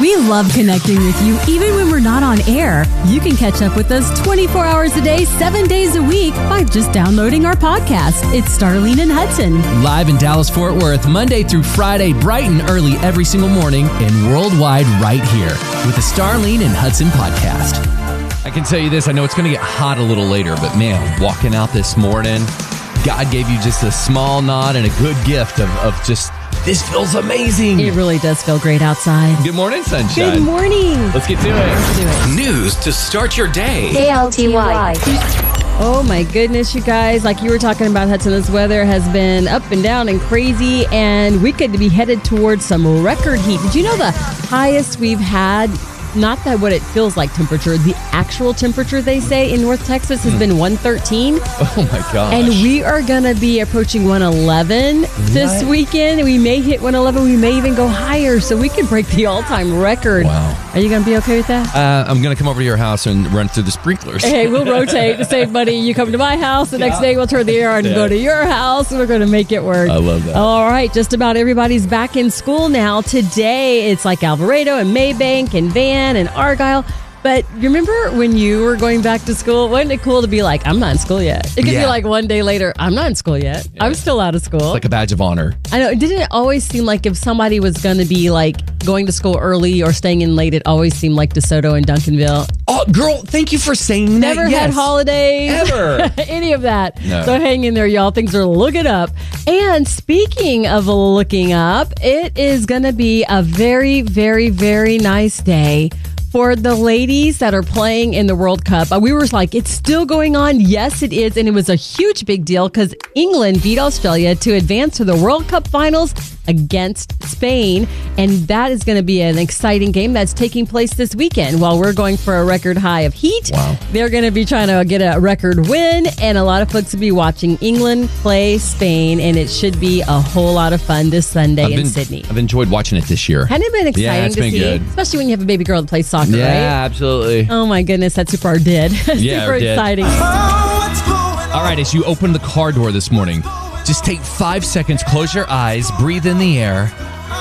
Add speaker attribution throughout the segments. Speaker 1: We love connecting with you even when we're not on air. You can catch up with us 24 hours a day, seven days a week by just downloading our podcast. It's Starlene and Hudson.
Speaker 2: Live in Dallas, Fort Worth, Monday through Friday, bright and early every single morning, and worldwide right here with the Starlene and Hudson podcast. I can tell you this I know it's going to get hot a little later, but man, walking out this morning, God gave you just a small nod and a good gift of, of just, this feels amazing.
Speaker 1: It really does feel great outside.
Speaker 2: Good morning, sunshine.
Speaker 1: Good morning.
Speaker 2: Let's get to it.
Speaker 1: Do it.
Speaker 3: News to start your day.
Speaker 4: KLTY.
Speaker 1: Oh my goodness, you guys. Like you were talking about, Hudson, this weather has been up and down and crazy, and we could be headed towards some record heat. Did you know the highest we've had? Not that what it feels like temperature, the actual temperature they say in North Texas has been 113.
Speaker 2: Oh my Hmm. gosh.
Speaker 1: And we are going to be approaching 111 this
Speaker 2: What?
Speaker 1: weekend. We may hit 111. We may even go higher. So we could break the all time record.
Speaker 2: Wow.
Speaker 1: Are you going to be okay with that?
Speaker 2: uh, I'm going to come over to your house and run through the sprinklers.
Speaker 1: hey, we'll rotate to save money. You come to my house, the next day we'll turn the air on and go to your house. We're going to make it work.
Speaker 2: I love that.
Speaker 1: All right, just about everybody's back in school now. Today it's like Alvarado and Maybank and Van and Argyle. But you remember when you were going back to school? Wasn't it cool to be like, I'm not in school yet? It could be
Speaker 2: Yeah.
Speaker 1: like one day later, I'm not in school yet. I'm still out of school.
Speaker 2: like a badge of honor.
Speaker 1: I know. Didn't it always seem like if somebody was going to be like going to school early or staying in late, it always seemed like DeSoto and Duncanville?
Speaker 2: Oh, girl, thank you for saying that.
Speaker 1: Never had
Speaker 2: Yes.
Speaker 1: holidays.
Speaker 2: Ever.
Speaker 1: any of that.
Speaker 2: No.
Speaker 1: So hang in there, y'all. Things are looking up. And speaking of looking up, it is going to be a very, very, very nice day. For the ladies that are playing in the World Cup, Uh, we were like, it's still going on. Yes, it is. And it was a huge big deal because England beat Australia to advance to the World Cup finals against Spain. And that is going to be an exciting game that's taking place this weekend while we're going for a record high of heat.
Speaker 2: Wow.
Speaker 1: They're going to be trying to get a record win, and a lot of folks will be watching England play Spain, and it should be a whole lot of fun this Sunday in
Speaker 2: been-
Speaker 1: Sydney.
Speaker 2: I've enjoyed watching it this year.
Speaker 1: Hadn't it been exciting
Speaker 2: Yeah, it's
Speaker 1: to
Speaker 2: been
Speaker 1: see?
Speaker 2: good.
Speaker 1: Especially when you have a baby girl that plays soccer, right?
Speaker 2: absolutely.
Speaker 1: Oh my goodness, that super did.
Speaker 2: Yeah,
Speaker 1: super
Speaker 2: it did.
Speaker 1: exciting.
Speaker 2: All right, as you open the car door this morning, just take five seconds, close your eyes, breathe in the air.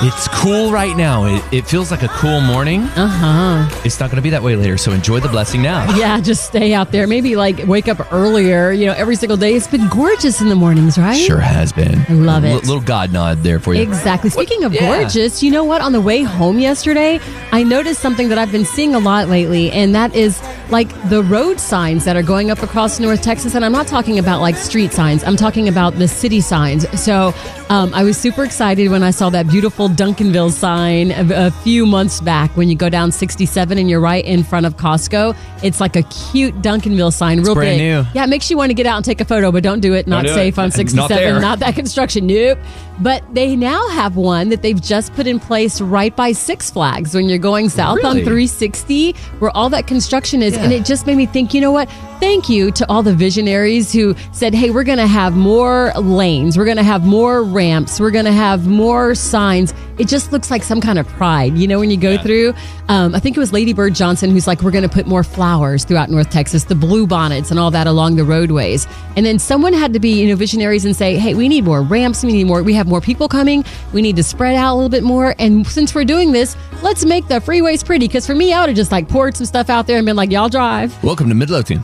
Speaker 2: It's cool right now. It, it feels like a cool morning.
Speaker 1: Oh.
Speaker 2: Uh
Speaker 1: Uh-huh.
Speaker 2: huh. It's not going to be that way later, so enjoy the blessing now.
Speaker 1: Yeah, just stay out there. Maybe like wake up earlier, you know, every single day. It's been gorgeous in the mornings, right?
Speaker 2: Sure has been. I
Speaker 1: love it.
Speaker 2: little God nod there for you.
Speaker 1: Exactly. Speaking of
Speaker 2: yeah.
Speaker 1: gorgeous, you know what? On the way home yesterday, I noticed something that I've been seeing a lot lately, and that is like the road signs that are going up across North Texas. And I'm not talking about like street signs, I'm talking about the city signs. So um, I was super excited when I saw that beautiful Duncanville sign a, a few months back when you go down 67 and you're right in front of Costco. It's like a cute Duncanville sign, real big.
Speaker 2: brand new.
Speaker 1: Yeah, it makes you want to get out and take a photo, but don't do it. Not
Speaker 2: do it.
Speaker 1: safe on
Speaker 2: Not
Speaker 1: 67.
Speaker 2: there.
Speaker 1: Not that construction. Nope. But they now have one that they've just put in place right by Six Flags when you're going south on
Speaker 2: Really?
Speaker 1: 360, where all that construction is. And
Speaker 2: Yeah.
Speaker 1: it just made me think, you know what? Thank you to all the visionaries who said, hey, we're going to have more lanes, we're going to have more ramps, we're going to have more signs. It just looks like some kind of pride, you know, when you go through. Um, I think it was Lady Bird Johnson who's like, we're going to put more flowers throughout North Texas, the blue bonnets and all that along the roadways. And then someone had to be, you know, visionaries and say, hey, we need more ramps, we need more, we have more people coming, we need to spread out a little bit more. And since we're doing this, let's make the freeways pretty. Because for me, I would have just like poured some stuff out there and been like, y'all drive.
Speaker 2: Welcome to Midlothian.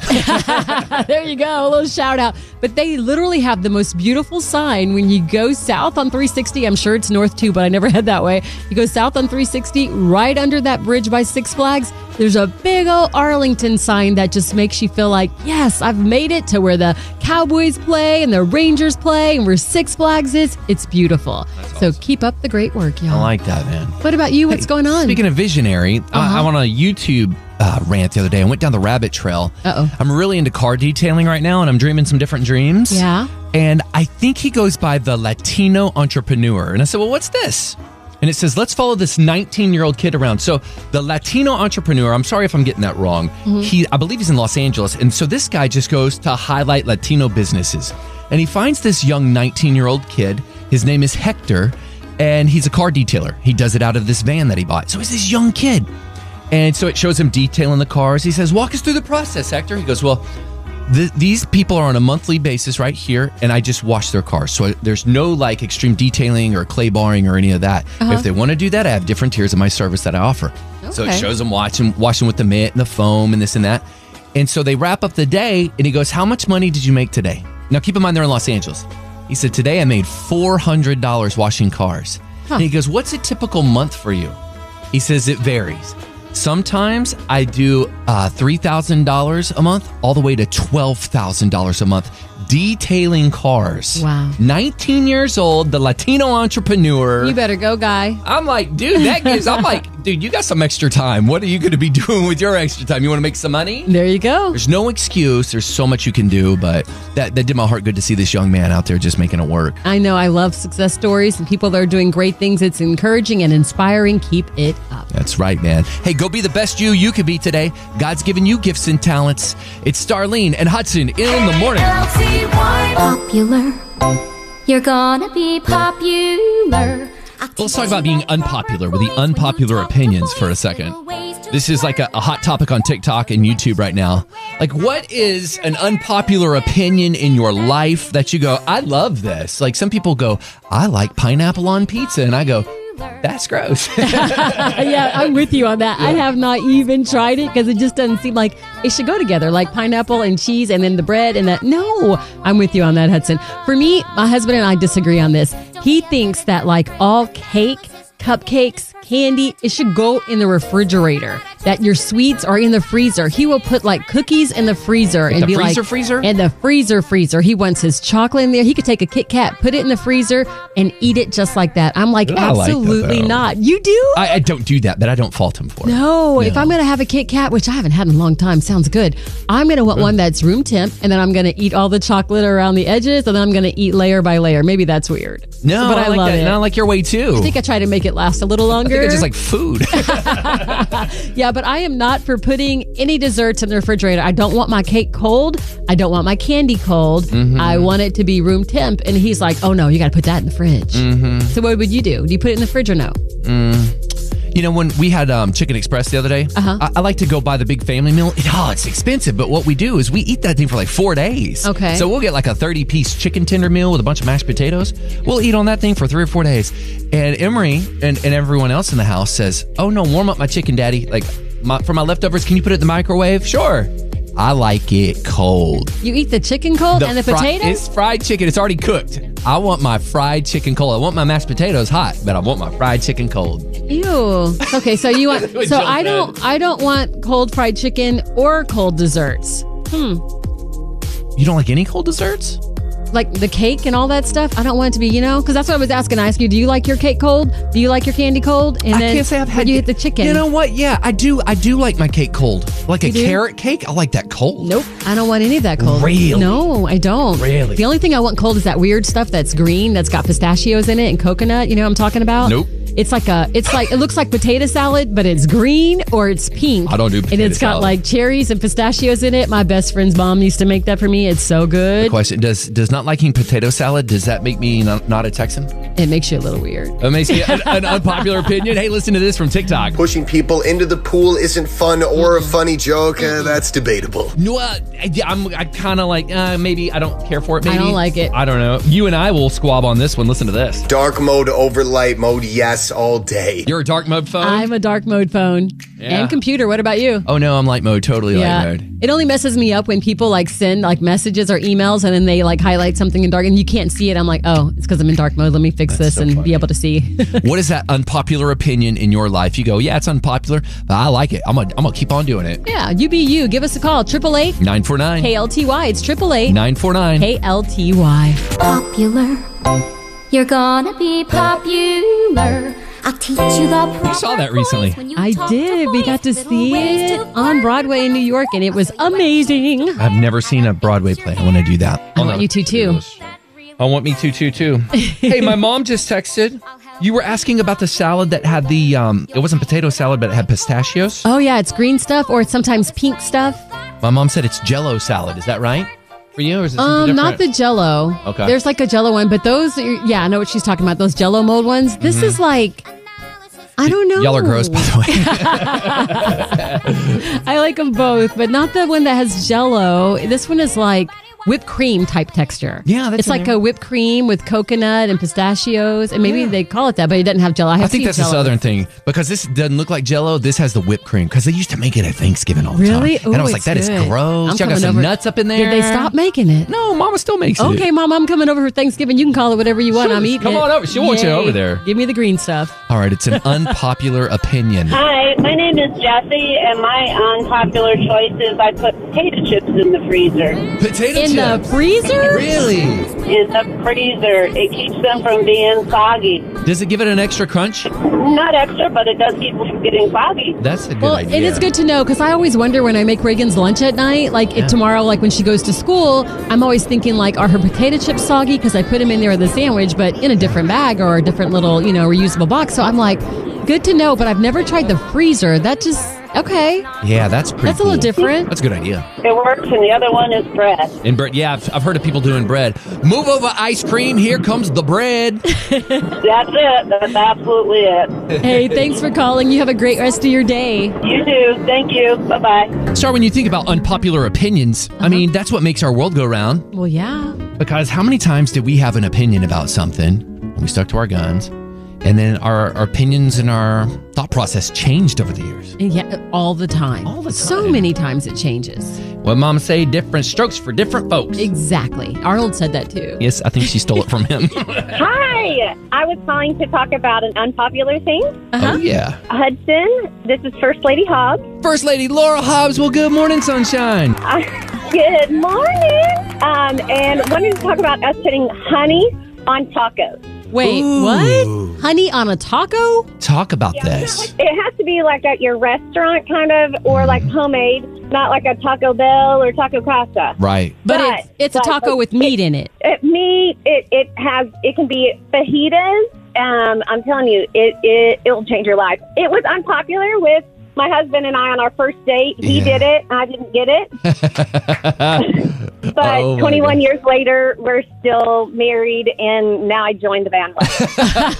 Speaker 1: There you go, a little shout out. But they literally have the most beautiful sign when you go south on 360. I'm sure it's north too, but I never head that way. You go south on 360, right under that bridge by Six Flags, there's a big old Arlington sign that just makes you feel like, yes, I've made it to where the Cowboys play and the Rangers play and where Six Flags is. It's beautiful. So keep up the great work,
Speaker 2: I
Speaker 1: y'all.
Speaker 2: like that, man.
Speaker 1: what about you? What's going on? Uh-huh.
Speaker 2: Speaking of visionary, I, I went on a YouTube uh, rant the other day. I went down the rabbit trail.
Speaker 1: Uh-oh.
Speaker 2: I'm really into car detailing right now, and I'm dreaming some different dreams.
Speaker 1: Yeah.
Speaker 2: And I think he goes by the Latino entrepreneur. And I said, well, what's this? And it says, let's follow this 19 year old kid around. So the Latino entrepreneur, I'm sorry if I'm getting that wrong. He, I believe he's in Los Angeles. And so this guy just goes to highlight Latino businesses. And he finds this young 19 year old kid. His name is Hector, and he's a car detailer. He does it out of this van that he bought. So he's this young kid. And so it shows him detailing the cars. He says, Walk us through the process, Hector. He goes, Well, th- these people are on a monthly basis right here, and I just wash their cars. So I, there's no like extreme detailing or clay barring or any of that. If they want to do that, I have different tiers of my service that I offer. So it
Speaker 1: Okay.
Speaker 2: shows them watching, washing with the mitt and the foam and this and that. And so they wrap up the day, and he goes, "How much money did you make today?" Now keep in mind they're in Los Angeles. He said, "Today I made four hundred dollars washing cars." And he goes, "What's a typical month for you?" He says it varies. Sometimes I do uh, $3,000 a month all the way to $12,000 a month detailing cars.
Speaker 1: Wow.
Speaker 2: 19 years old, the Latino entrepreneur.
Speaker 1: You better go, guy.
Speaker 2: I'm like, dude, that gives. I'm like, dude, you got some extra time. What are you going to be doing with your extra time? You want to make some money?
Speaker 1: There you go.
Speaker 2: There's no excuse. There's so much you can do, but that, that did my heart good to see this young man out there just making it work.
Speaker 1: I know I love success stories and people that are doing great things. It's encouraging and inspiring. Keep it up.
Speaker 2: That's right, man. Hey, go be the best you you could be today. God's given you gifts and talents. It's Starlene and Hudson in the morning.
Speaker 4: Popular. You're gonna be popular.
Speaker 2: Let's talk about being unpopular with the unpopular opinions for a second. This is like a, a hot topic on TikTok and YouTube right now. Like, what is an unpopular opinion in your life that you go, I love this? Like, some people go, I like pineapple on pizza. And I go, that's gross.
Speaker 1: yeah, I'm with you on that. I have not even tried it because it just doesn't seem like it should go together, like pineapple and cheese and then the bread and that. No, I'm with you on that, Hudson. For me, my husband and I disagree on this. He thinks that like all cake, cupcakes, candy, it should go in the refrigerator. That your sweets are in the freezer. He will put like cookies in the freezer and
Speaker 2: the
Speaker 1: be
Speaker 2: freezer
Speaker 1: like
Speaker 2: freezer?
Speaker 1: and the freezer freezer. He wants his chocolate in there. He could take a Kit Kat, put it in the freezer, and eat it just like that. I'm like,
Speaker 2: I like that,
Speaker 1: absolutely
Speaker 2: though.
Speaker 1: not. You do?
Speaker 2: I, I don't do that, but I don't fault him for it.
Speaker 1: No, Oh, if I'm going to have a Kit Kat, which I haven't had in a long time, sounds good. I'm going to want one that's room temp, and then I'm going to eat all the chocolate around the edges, and then I'm going to eat layer by layer. Maybe that's weird.
Speaker 2: No,
Speaker 1: but I,
Speaker 2: like
Speaker 1: love
Speaker 2: that.
Speaker 1: it.
Speaker 2: And I like your way too.
Speaker 1: I think I try to make it last a little longer.
Speaker 2: I just like food.
Speaker 1: yeah, but I am not for putting any desserts in the refrigerator. I don't want my cake cold. I don't want my candy cold.
Speaker 2: Mm-hmm.
Speaker 1: I want it to be room temp. And he's like, oh no, you got to put that in the fridge.
Speaker 2: Mm-hmm.
Speaker 1: So what would you do? Do you put it in the fridge or no?
Speaker 2: You know, when we had um, Chicken Express the other day,
Speaker 1: Uh-huh.
Speaker 2: I, I like to go buy the big family meal. It- oh, it's expensive, but what we do is we eat that thing for like four days.
Speaker 1: Okay.
Speaker 2: So we'll get like a 30 piece chicken tender meal with a bunch of mashed potatoes. We'll eat on that thing for three or four days. And Emery and, and everyone else in the house says, Oh, no, warm up my chicken, daddy. Like, my, for my leftovers, can you put it in the microwave? Sure. I like it cold.
Speaker 1: You eat the chicken cold and the
Speaker 2: fri-
Speaker 1: potatoes?
Speaker 2: It's fried chicken. It's already cooked. I want my fried chicken cold. I want my mashed potatoes hot, but I want my fried chicken cold.
Speaker 1: Ew. Okay, so you want
Speaker 2: That's what
Speaker 1: so
Speaker 2: Jill
Speaker 1: I don't I don't want cold fried chicken or cold desserts.
Speaker 2: You don't like any cold desserts?
Speaker 1: Like the cake and all that stuff. I don't want it to be, you know, because that's what I was asking. I asked you, do you like your cake cold? Do you like your candy cold? And
Speaker 2: I can't say I've
Speaker 1: when
Speaker 2: had.
Speaker 1: you hit the chicken.
Speaker 2: You know what? Yeah, I do. I do like my cake cold, like a
Speaker 1: do?
Speaker 2: carrot cake. I like that cold.
Speaker 1: Nope, I don't want any of that cold.
Speaker 2: Really?
Speaker 1: No, I don't.
Speaker 2: Really?
Speaker 1: The only thing I want cold is that weird stuff that's green, that's got pistachios in it and coconut. You know what I'm talking about?
Speaker 2: Nope.
Speaker 1: It's like a, it's like it looks like potato salad, but it's green or it's pink.
Speaker 2: I don't do
Speaker 1: And
Speaker 2: potato
Speaker 1: it's got
Speaker 2: salad.
Speaker 1: like cherries and pistachios in it. My best friend's mom used to make that for me. It's so good.
Speaker 2: Question: Does does not liking potato salad does that make me not, not a Texan?
Speaker 1: It makes you a little weird.
Speaker 2: It makes me an, an unpopular opinion. Hey, listen to this from TikTok.
Speaker 5: Pushing people into the pool isn't fun or a funny joke. Uh, that's debatable.
Speaker 2: No, uh, I, I'm I kind of like uh, maybe I don't care for it.
Speaker 1: I
Speaker 2: Maybe
Speaker 1: don't like it.
Speaker 2: I don't know. You and I will squab on this one. Listen to this.
Speaker 5: Dark mode over light mode, yes, all day.
Speaker 2: You're a dark mode phone.
Speaker 1: I'm a dark mode phone
Speaker 2: Yeah.
Speaker 1: and computer. What about you?
Speaker 2: oh no, I'm light mode. Totally light mode.
Speaker 1: It only messes me up when people like send like messages or emails and then they like highlight something in dark and you can't see it. I'm like, oh, it's because I'm in dark mode. Let me fix this
Speaker 2: so
Speaker 1: and
Speaker 2: funny.
Speaker 1: be able to see.
Speaker 2: What is that unpopular opinion in your life? You go, yeah, it's unpopular, but I like it. I'm gonna I'm gonna keep on doing it.
Speaker 1: yeah, you be you. Give us a call. 888
Speaker 2: Nine four nine.
Speaker 1: KLTY. It's 888
Speaker 2: Nine four nine.
Speaker 1: KLTY.
Speaker 4: Popular. You're gonna be popular. I'll teach you the proper
Speaker 2: saw that recently.
Speaker 4: voice when you
Speaker 1: I
Speaker 4: talk to
Speaker 1: did. We
Speaker 4: boys,
Speaker 1: got to
Speaker 4: little
Speaker 1: see
Speaker 4: ways
Speaker 1: it
Speaker 4: to
Speaker 1: on
Speaker 4: flirt.
Speaker 1: Broadway in New York and it was amazing.
Speaker 2: I've never seen a Broadway play. I want to do that.
Speaker 1: I want you to too.
Speaker 2: I want me to too too. hey, my mom just texted. You were asking about the salad that had the um it wasn't potato salad but it had pistachios.
Speaker 1: Oh, yeah, it's green stuff or it's sometimes pink stuff.
Speaker 2: My mom said it's jello salad. Is that right? For you or is it something
Speaker 1: Um, not the
Speaker 2: different?
Speaker 1: Jello.
Speaker 2: Okay.
Speaker 1: There's like a Jello one, but those, are, yeah, I know what she's talking about. Those Jello mold
Speaker 2: Mm-hmm.
Speaker 1: ones. This is like, I don't know.
Speaker 2: Y'all are gross, by the way.
Speaker 1: I like them both, but not the one that has jello. This one is like whipped cream type texture.
Speaker 2: Yeah, that's
Speaker 1: it's
Speaker 2: in
Speaker 1: like
Speaker 2: there.
Speaker 1: a whipped cream with coconut and pistachios, and maybe they call it that, but it doesn't have jello. I,
Speaker 2: I
Speaker 1: have
Speaker 2: think
Speaker 1: seen
Speaker 2: that's a
Speaker 1: Jell-O.
Speaker 2: southern thing because this doesn't look like Jello. This has the whipped cream because they used to make it at Thanksgiving all the
Speaker 1: Really?
Speaker 2: time. and I
Speaker 1: Ooh,
Speaker 2: was like,
Speaker 1: it's
Speaker 2: that is
Speaker 1: good.
Speaker 2: gross.
Speaker 1: I'm
Speaker 2: Y'all got
Speaker 1: coming
Speaker 2: some
Speaker 1: over-
Speaker 2: nuts up in there.
Speaker 1: Did they stop making it?
Speaker 2: No, Mama still makes it.
Speaker 1: Okay, Mom, I'm coming over for Thanksgiving. You can call it whatever you want.
Speaker 2: Sure,
Speaker 1: I'm
Speaker 2: just
Speaker 1: eating.
Speaker 2: come
Speaker 1: it.
Speaker 2: on over. She wants you
Speaker 1: Yay.
Speaker 2: over there.
Speaker 1: Give me the green stuff.
Speaker 2: All right, it's an unpopular opinion.
Speaker 6: Hi, my name is Jesse, and my unpopular choice is I put potato chips in the freezer.
Speaker 2: Potato
Speaker 1: In the freezer?
Speaker 2: Really?
Speaker 6: In the freezer, it keeps them from being soggy.
Speaker 2: Does it give it an extra crunch?
Speaker 6: Not extra, but it does keep them from getting soggy.
Speaker 2: That's a good
Speaker 1: Well,
Speaker 2: idea.
Speaker 1: it is good to know because I always wonder when I make Reagan's lunch at night, like if tomorrow, like when she goes to school, I'm always thinking like, are her potato chips soggy? Because I put them in there with the sandwich, but in a different bag or a different little, you know, reusable box. So I'm like, good to know. But I've never tried the freezer. That just okay.
Speaker 2: Yeah, that's pretty.
Speaker 1: That's a little
Speaker 2: cool.
Speaker 1: different.
Speaker 2: That's a good idea.
Speaker 6: It works, and the other one is bread.
Speaker 2: And bread, yeah, I've, I've heard of people doing bread. Move over ice cream. Here comes the bread.
Speaker 6: That's it. That's absolutely it.
Speaker 1: hey, thanks for calling. You have a great rest of your day.
Speaker 6: You too. Thank you. Bye bye.
Speaker 2: Sorry, when you think about unpopular opinions,
Speaker 1: Uh-huh.
Speaker 2: I mean that's what makes our world go round.
Speaker 1: Well, yeah.
Speaker 2: Because how many times did we have an opinion about something and we stuck to our guns, and then our, our opinions and our thought process changed over the years?
Speaker 1: And yet, all the time.
Speaker 2: All the
Speaker 1: So
Speaker 2: time.
Speaker 1: many times it changes.
Speaker 2: What mom say? Different strokes for different folks.
Speaker 1: Exactly. Arnold said that too.
Speaker 2: Yes, I think she stole it from him.
Speaker 7: Hi, I was calling to talk about an unpopular thing.
Speaker 1: Uh-huh.
Speaker 2: Oh yeah.
Speaker 7: Hudson, this is First Lady Hobbs.
Speaker 2: First Lady Laura Hobbs. Well, good morning, sunshine.
Speaker 7: Uh, good morning. Um, and wanted to talk about us putting honey on tacos.
Speaker 1: Wait,
Speaker 2: Ooh.
Speaker 1: what? Honey on a taco?
Speaker 2: Talk about this.
Speaker 7: It has to be like at your restaurant, kind of, or like homemade, not like a Taco Bell or Taco Casa.
Speaker 2: Right.
Speaker 1: But,
Speaker 7: But-
Speaker 1: it's, it's a
Speaker 7: but-
Speaker 1: taco with meat in it.
Speaker 7: It, meat, it, it has, it can be fajitas. Um, I'm telling you, it, it, it'll change your life. It was unpopular with my husband and I on our first date. He
Speaker 2: Yeah.
Speaker 7: did it. I didn't get it. But
Speaker 2: Oh, my
Speaker 7: 21
Speaker 2: God.
Speaker 7: years later, we're still married, and now I joined the bandwagon.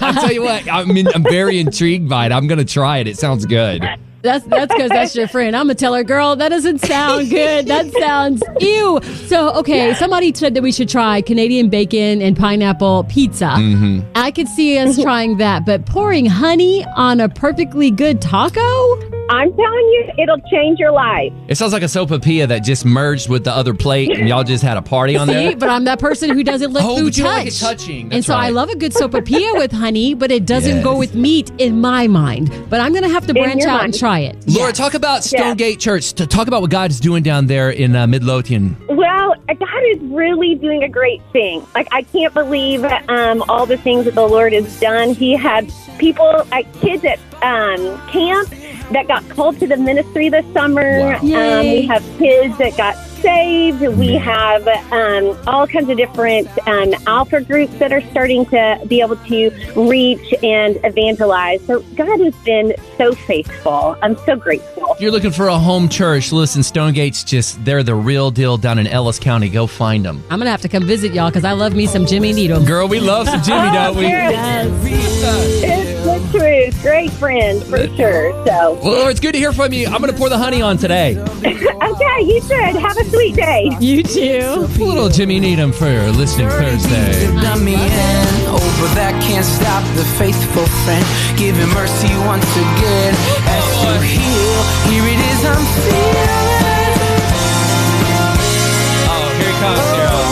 Speaker 2: I'll tell you what, I mean, I'm very intrigued by it. I'm going to try it. It sounds good.
Speaker 1: That's that's because that's your friend. I'm gonna tell her, girl, that doesn't sound good. That sounds ew. So okay, somebody said that we should try Canadian bacon and pineapple pizza.
Speaker 2: Mm-hmm.
Speaker 1: I could see us trying that, but pouring honey on a perfectly good taco?
Speaker 7: I'm telling you, it'll change your life.
Speaker 2: It sounds like a sopapilla that just merged with the other plate and y'all just had a party on
Speaker 1: See,
Speaker 2: there.
Speaker 1: but I'm that person who doesn't let
Speaker 2: Oh,
Speaker 1: food
Speaker 2: but you
Speaker 1: touch.
Speaker 2: don't like it touching.
Speaker 1: and
Speaker 2: That's
Speaker 1: so I
Speaker 2: right.
Speaker 1: love a good sopapilla with honey, but it doesn't go
Speaker 2: Yes.
Speaker 1: with meat in my mind. But I'm gonna have to
Speaker 7: your
Speaker 1: branch out and
Speaker 7: mind.
Speaker 1: try it.
Speaker 2: Laura, talk about Stonegate Church. To talk about what God's doing down there in uh, Midlothian.
Speaker 7: Well, God is really doing a great thing. Like, I can't believe um, all the things that the Lord has done. He had people, like kids at um, camp that got called to the ministry this summer.
Speaker 2: Wow.
Speaker 7: Um,
Speaker 1: Yay.
Speaker 7: we have kids that got saved. We have um, all kinds of different um, alpha groups that are starting to be able to reach and evangelize. So God has been so faithful. I'm so grateful.
Speaker 2: If you're looking for a home church, listen, Stonegate's just, they're the real deal down in Ellis County. Go find them.
Speaker 1: I'm gonna have to come visit y'all because I love me some Jimmy Needle.
Speaker 2: Girl, we love some Jimmy, don't we?
Speaker 7: It's the truth. Great friend, for sure. So,
Speaker 2: Well, Laura, it's good to hear from you. I'm going to pour the honey on today.
Speaker 7: okay, you should. Have a sweet day.
Speaker 1: You too.
Speaker 2: Little Jimmy Needham for listening Thursday.
Speaker 8: Let me in over that can't stop the faithful friend giving mercy once again as you heal here it is I'm feeling
Speaker 2: Oh, here he comes, Carol.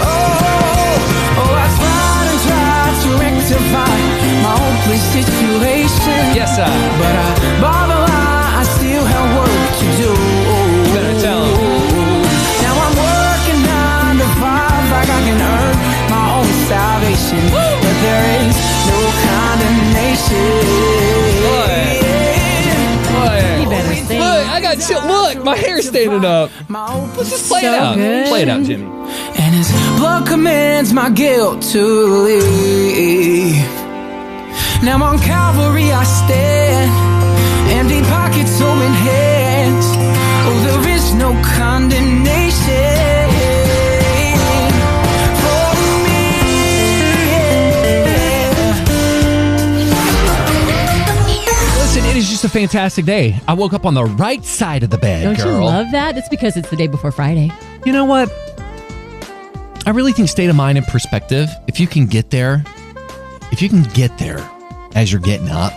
Speaker 8: oh oh I tried and tried to rectify my own place situation
Speaker 2: Yes, sir.
Speaker 8: but I bother I still have work to do Oh,
Speaker 2: Better tell 'em.
Speaker 8: now I'm working nine to five like I can earn my own salvation. But there is no condemnation.
Speaker 2: Boy.
Speaker 1: better sing.
Speaker 2: Look, I got chill. Look, my hair's standing up. Let's just play it
Speaker 1: So
Speaker 2: out.
Speaker 1: good.
Speaker 2: Play it out, Jimmy.
Speaker 8: And his blood commands my guilt to leave. Now on Calvary I stand, empty pockets, open hands. Oh, there is no condemnation. for me. Yeah.
Speaker 2: Listen, it is was just a fantastic day. I woke up on the right side of the bed,
Speaker 1: Don't
Speaker 2: girl.
Speaker 1: you love that? It's because it's the day before Friday.
Speaker 2: You know what? I really think state of mind and perspective, if you can get there, if you can get there as you're getting up,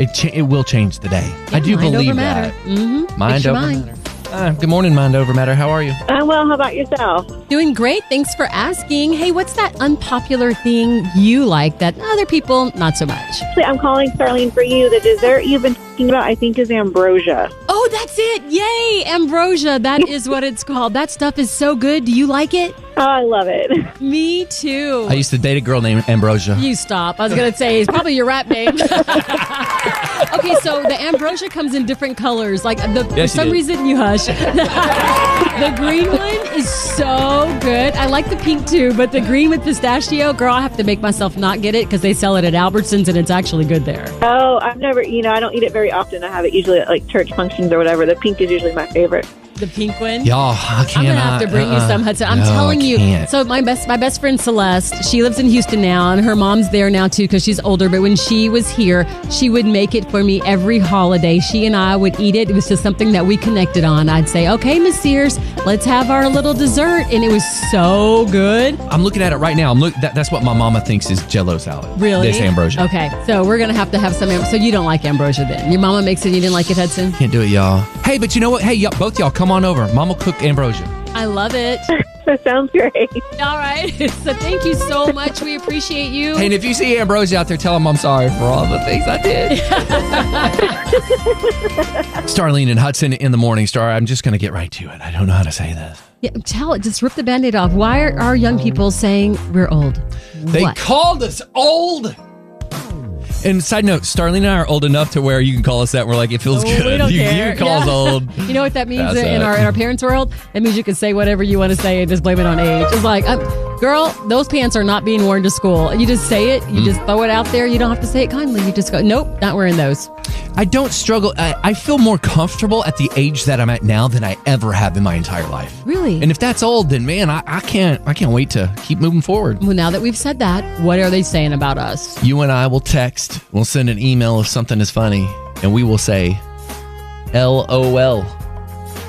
Speaker 2: it cha- it will change the day. I do
Speaker 1: mind over
Speaker 2: believe
Speaker 1: matter.
Speaker 2: that.
Speaker 1: Mhm. It's
Speaker 2: Mind
Speaker 1: your
Speaker 2: over
Speaker 1: mind.
Speaker 2: matter. Ah, good morning, mind over matter. How are you?
Speaker 6: Uh, well, how about yourself?
Speaker 1: Doing great. Thanks for asking. Hey, what's that unpopular thing you like that other people not so much?
Speaker 6: Actually, I'm calling Starlene for you. The dessert you've been talking about, I think, is ambrosia.
Speaker 1: Oh, that's it. Yay, ambrosia. That is what it's called. That stuff is so good. Do you like it?
Speaker 6: Oh, I love it.
Speaker 1: Me too.
Speaker 2: I used to date a girl named Ambrosia.
Speaker 1: You stop. I was going to say, it's probably your rap name. okay, so the ambrosia comes in different colors. Like, the, for
Speaker 2: Yes, it
Speaker 1: some
Speaker 2: did.
Speaker 1: reason, you hush. the green one is so good. I like the pink too, but the green with pistachio, girl, I have to make myself not get it because they sell it at Albertsons and it's actually good there.
Speaker 6: Oh, I've never, you know, I don't eat it very often. I have it usually at like church functions or whatever. The pink is usually my favorite.
Speaker 1: The pink one?
Speaker 2: Y'all, I cannot.
Speaker 1: I'm gonna have to bring you
Speaker 2: uh-uh.
Speaker 1: some Hudson. I'm
Speaker 2: No, I
Speaker 1: telling you.
Speaker 2: can't.
Speaker 1: So my best my best friend Celeste, she lives in Houston now, and her mom's there now too because she's older. But when she was here, she would make it for me every holiday. She and I would eat it. It was just something that we connected on. I'd say, "Okay, Miss Sears, let's have our little dessert," and it was so good.
Speaker 2: I'm looking at it right now. I'm look. That, that's what my mama thinks is Jello salad.
Speaker 1: Really,
Speaker 2: This ambrosia.
Speaker 1: Okay, so we're gonna have to have some. Am- so you don't like ambrosia then? Your mama makes it. You didn't like it, Hudson?
Speaker 2: Can't do it, y'all. Hey, but you know what? Hey, y'all, both y'all, come on over. Mama cook ambrosia.
Speaker 1: I love it.
Speaker 6: That sounds great.
Speaker 1: All right. so thank you so much. We appreciate you.
Speaker 2: Hey, and if you see Ambrosia out there, tell him I'm sorry for all the things I did. Starlene and Hudson in the morning star. I'm just going to get right to it. I don't know how to say this.
Speaker 1: Yeah, tell it. Just rip the band-aid off. Why are our young people saying we're old?
Speaker 2: They
Speaker 1: what?
Speaker 2: called us old. And side note, Starlene and I are old enough to where you can call us that. We're like, it feels
Speaker 1: Oh,
Speaker 2: good.
Speaker 1: we don't
Speaker 2: you,
Speaker 1: care.
Speaker 2: you call us
Speaker 1: Yeah.
Speaker 2: old.
Speaker 1: you know what that means
Speaker 2: That's
Speaker 1: in
Speaker 2: it.
Speaker 1: our in our parents' world? That means you can say whatever you want to say and just blame it on age. It's like, um, girl, those pants are not being worn to school. You just say it.
Speaker 2: Hmm.
Speaker 1: You just throw it out there. You don't have to say it kindly. You just go, nope, not wearing those.
Speaker 2: I don't struggle. I, I feel more comfortable at the age that I'm at now than I ever have in my entire life.
Speaker 1: Really?
Speaker 2: And if that's old, then man, I, I can't. I can't wait to keep moving forward.
Speaker 1: well, now that we've said that, what are they saying about us?
Speaker 2: You and I will text, we'll send an email if something is funny, and we will say, LOL.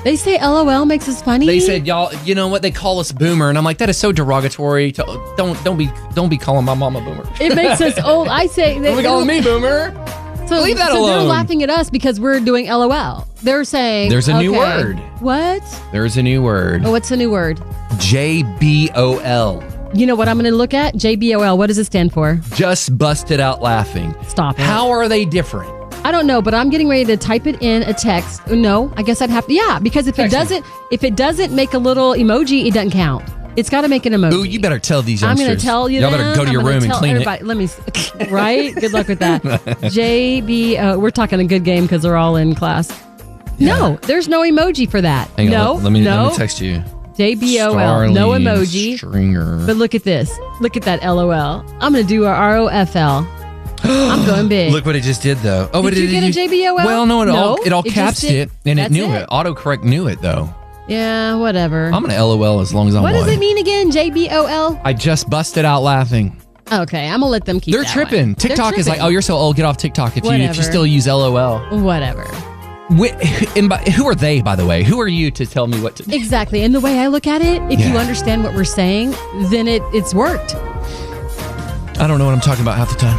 Speaker 1: They say LOL makes us funny.
Speaker 2: They said, y'all, you know what? They call us boomer, and I'm like, that is so derogatory. To, don't don't be don't be calling my mama boomer.
Speaker 1: it makes us old. I say
Speaker 2: Don't be calling Oh me boomer.
Speaker 1: So,
Speaker 2: Leave that
Speaker 1: so they're
Speaker 2: alone.
Speaker 1: laughing at us because we're doing LOL. They're saying
Speaker 2: There's a new
Speaker 1: okay,
Speaker 2: word.
Speaker 1: What?
Speaker 2: There's a new word,
Speaker 1: Oh, what's a new word?
Speaker 2: J B O L.
Speaker 1: You know what I'm going to look at? JBOL. What does it stand for?
Speaker 2: Just busted out laughing.
Speaker 1: Stop it.
Speaker 2: How are they different?
Speaker 1: I don't know, but I'm getting ready to type it in a text. Oh, No, I guess I'd have to. Yeah, because if it doesn't, if it doesn't make a little emoji, it doesn't count. It's got to make an emoji.
Speaker 2: Ooh, you better tell these
Speaker 1: I'm
Speaker 2: youngsters.
Speaker 1: going to tell you.
Speaker 2: Y'all
Speaker 1: them.
Speaker 2: better go to
Speaker 1: I'm
Speaker 2: your
Speaker 1: gonna
Speaker 2: room and
Speaker 1: tell
Speaker 2: clean it.
Speaker 1: everybody. Let me. s- Right. Good luck with that. JBO. We're talking a good game because they're all in class. No, there's no emoji for that.
Speaker 2: Hang on,
Speaker 1: no.
Speaker 2: let, let me
Speaker 1: no.
Speaker 2: let me text you.
Speaker 1: JBOL. No
Speaker 2: Starlene
Speaker 1: emoji.
Speaker 2: Stringer.
Speaker 1: But look at this. Look at that LOL. I'm going to do a ROFL. I'm going big.
Speaker 2: Look what it just did, though. Oh,
Speaker 1: Did
Speaker 2: it,
Speaker 1: you get a JBOL?
Speaker 2: Well, no, it all
Speaker 1: No,
Speaker 2: it all
Speaker 1: it just
Speaker 2: capsed
Speaker 1: did-
Speaker 2: it, and it
Speaker 1: that's
Speaker 2: knew
Speaker 1: it.
Speaker 2: it. Autocorrect knew it though.
Speaker 1: yeah, whatever.
Speaker 2: I'm gonna LOL as long as I'm.
Speaker 1: what does
Speaker 2: alive.
Speaker 1: it mean again? JBOL?
Speaker 2: I just busted out laughing.
Speaker 1: Okay, I'm going to let them keep
Speaker 2: They're
Speaker 1: that
Speaker 2: tripping.
Speaker 1: one. They're
Speaker 2: TikTok is like,
Speaker 1: tripping.
Speaker 2: oh, you're so old. Get off TikTok if you if
Speaker 1: Whatever.
Speaker 2: you still use LOL.
Speaker 1: Whatever.
Speaker 2: Wh- and by, who are they, by the way? Who are you to tell me what to? do?
Speaker 1: Exactly. And the way I look at it, if you
Speaker 2: Yeah.
Speaker 1: understand what we're saying, then it it's worked.
Speaker 2: I don't know what I'm talking about half the time.